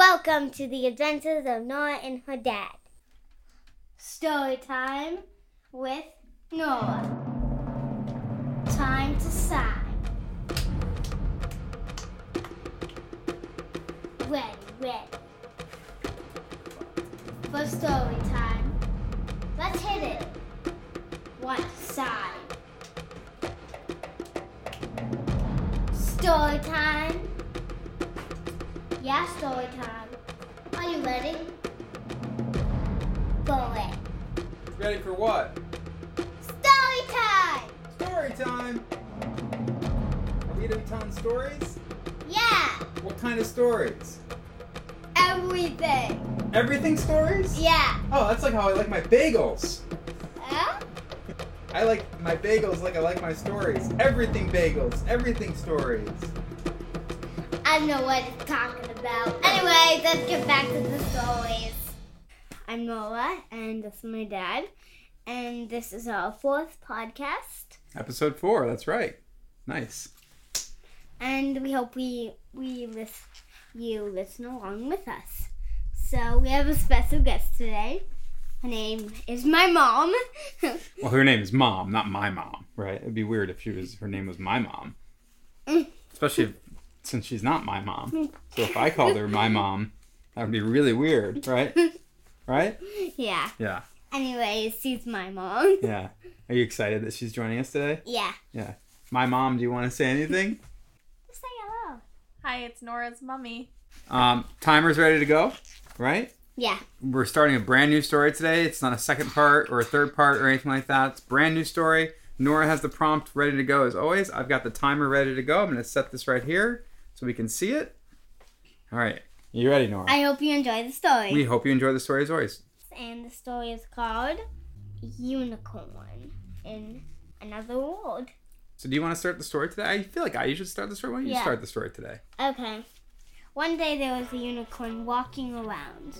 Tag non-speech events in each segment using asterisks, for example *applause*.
Welcome to the adventures of Noah and her dad. Story time with Noah. Time to sigh. Ready, ready. For story time, let's hit it. One side. Story time. Yeah, story time. Are you ready? Go it. Ready for what? Story time! Story time! Are we gonna be telling stories? Yeah! What kind of stories? Everything! Everything stories? Yeah! Oh, that's like how I like my bagels. Huh? I like my bagels like I like my stories. Everything bagels, everything stories. I don't know what it's talking about. Anyway, let's get back to the stories. I'm Noah, and this is my dad, and this is our fourth podcast, Episode four, that's right. Nice. and we hope we we lis- you listen along with us. So we have a special guest today. Her name is my mom. *laughs* Well, her name is Mom, not my mom, right? It'd be weird if she was her name was my mom, especially if, since she's not my mom. So if I called her my mom, that would be really weird, right? Right? yeah. Yeah. Anyways, she's my mom. Yeah. Are you excited that she's joining us today? Yeah. Yeah. My mom, do you want to say anything? Say hello. Hi, it's Nora's mummy. Um, timer's ready to go, right? Yeah. We're starting a brand new story today. It's not a second part or a third part or anything like that. It's a brand new story. Nora has the prompt ready to go as always. I've got the timer ready to go. I'm going to set this right here so we can see it. All right. You ready, Nora? I hope you enjoy the story. we hope you enjoy the story as always. and the story is called Unicorn in Another World. So, do you want to start the story today? I feel like I usually start the story. Why don't you Yeah. start the story today? Okay. One day there was a unicorn walking around.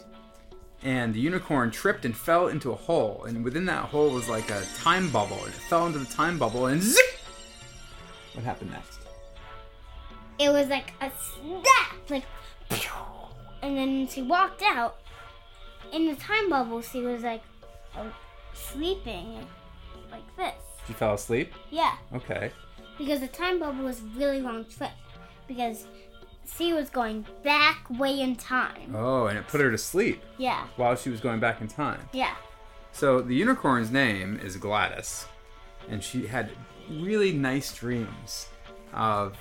and the unicorn tripped and fell into a hole and within that hole was like a time bubble and it fell into the time bubble and zip what happened next It was like a snap, like, pew, and then she walked out. In the time bubble, she was like uh, sleeping, like this. she fell asleep Yeah, okay because the time bubble was a really long trip, because she was going back way in time. oh and it put her to sleep Yeah, while she was going back in time yeah, so the unicorn's name is gladys and she had really nice dreams of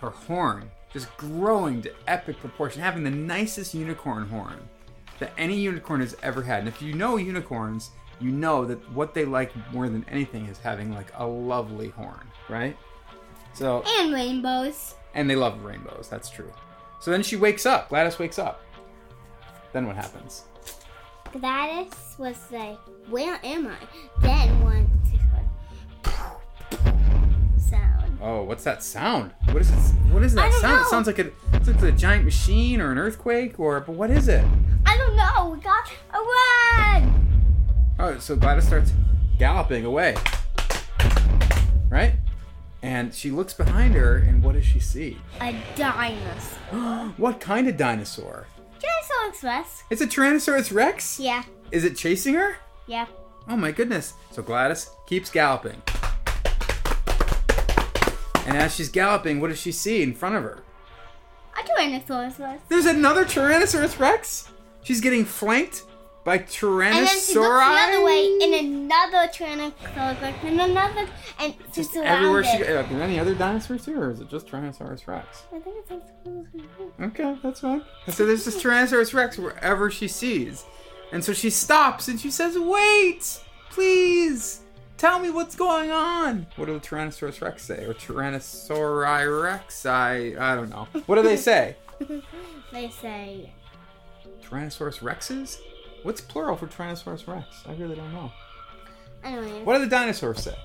her horn just growing to epic proportion having the nicest unicorn horn that any unicorn has ever had. And if you know unicorns, you know that what they like more than anything is having like a lovely horn, right? So, and rainbows. and they love rainbows, that's true. So then she wakes up, Gladys wakes up. Then what happens? Gladys was like, Where am I? Then one she heard sound. Oh, what's that sound? What is it? What is that I don't sound? It know. sounds like a, it's like a giant machine or an earthquake or, but what is it? I don't know, we got a run! Oh, so Gladys starts galloping away. Right? And she looks behind her, and what does she see? *gasps* A dinosaur. what kind of dinosaur? Dinosaur Express. It's a Tyrannosaurus Rex? Yeah, Is it chasing her? yeah. Oh my goodness. So Gladys keeps galloping. And as she's galloping, what does she see in front of her? A dinosaur Express. There's another Tyrannosaurus Rex? She's getting flanked by Tyrannosauri. And then she looks the other way in another Tyrannosaurus Rex and another, and she's Just surrounded. everywhere she Are there any other dinosaurs here, or is it just Tyrannosaurus Rex? I think it's like Okay, that's fine. So there's this Tyrannosaurus Rex wherever she sees. And so she stops and she says, Wait! Please! Tell me what's going on! What do the Tyrannosaurus Rex say? Or Tyrannosauri Rex? I, I don't know. What do *laughs* they say? they say Tyrannosaurus Rexes? What's plural for Tyrannosaurus Rex? I really don't know. anyway. What do the dinosaurs say?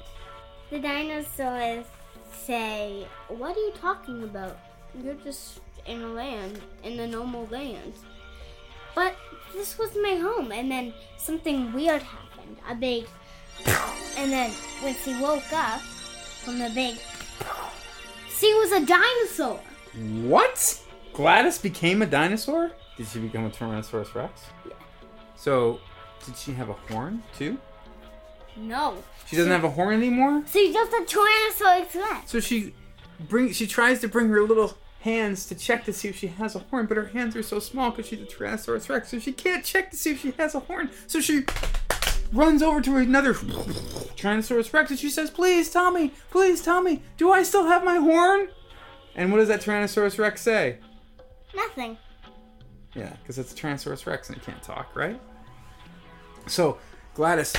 The dinosaurs say, What are you talking about? You're just in a land, in a normal land. But this was my home, and then something weird happened. A big. *laughs* And then when she woke up from the big. *laughs* She was a dinosaur! What? Gladys became a dinosaur? Did she become a Tyrannosaurus Rex? Yeah. So, did she have a horn too? No. She doesn't have a horn anymore. So you just a Tyrannosaurus Rex. So she bring she tries to bring her little hands to check to see if she has a horn, but her hands are so small because she's a Tyrannosaurus Rex, so she can't check to see if she has a horn. So she runs over to another Tyrannosaurus Rex and she says, "Please tell me, please tell me, do I still have my horn?" And what does that Tyrannosaurus Rex say? Nothing. Yeah, because it's a Tyrannosaurus Rex and it can't talk, right? So Gladys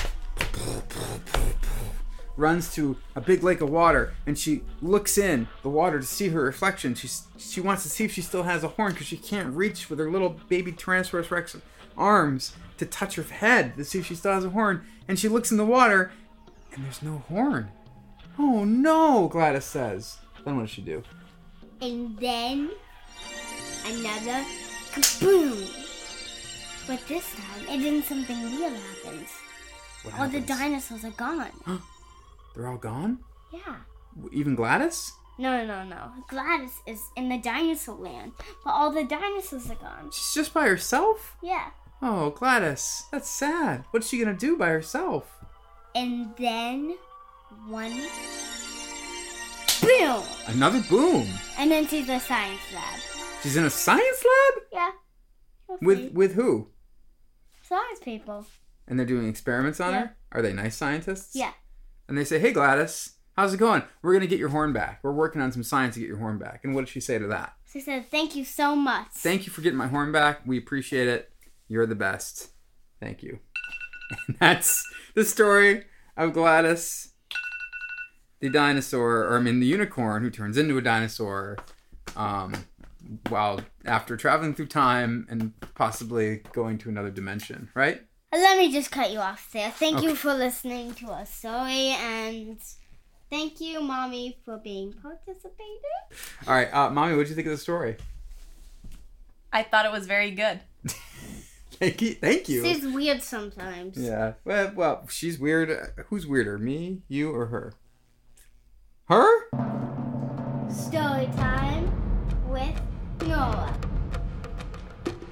runs to a big lake of water and she looks in the water to see her reflection. She she wants to see if she still has a horn because she can't reach with her little baby Tyrannosaurus Rex arms to touch her head to see if she still has a horn. And she looks in the water and there's no horn. Oh no, Gladys says. Then what does she do? And then another kaboom. But this time, it didn't something real happens. What All Oh, the happens? dinosaurs are gone. They're all gone. yeah. Even Gladys. No, no, no, no. Gladys is in the dinosaur land, but all the dinosaurs are gone. She's just by herself? Yeah. Oh, Gladys, that's sad. What's she gonna do by herself? And then one boom. Another boom. And then she's a science lab. She's in a science lab Yeah. Okay. with with who? science people. And they're doing experiments on Yeah. her. Are they nice scientists? Yeah. And they say, "Hey, Gladys, how's it going? We're gonna get your horn back. We're working on some science to get your horn back." And what did she say to that? She said, "Thank you so much." Thank you for getting my horn back. We appreciate it. You're the best. Thank you. *laughs* And that's the story of Gladys, the dinosaur, or I mean, the unicorn who turns into a dinosaur um, while after traveling through time and possibly going to another dimension, right? Let me just cut you off there. Thank Okay. you for listening to our story, and thank you, mommy, for being participated. All right, uh, Mommy, what did you think of the story? *laughs* I thought it was very good. Thank you. Thank you. She's weird sometimes. Yeah. Well, well, she's weird. Who's weirder, me, you, or her? Her? Story time with Noah.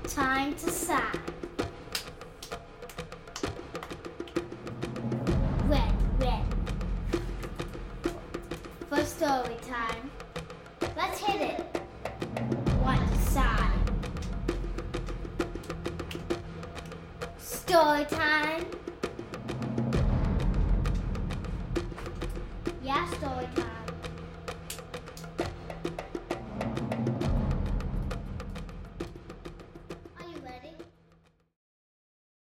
Time to sigh. Red, red. For story time, let's hit it. One sigh. Story time. Yeah, story time.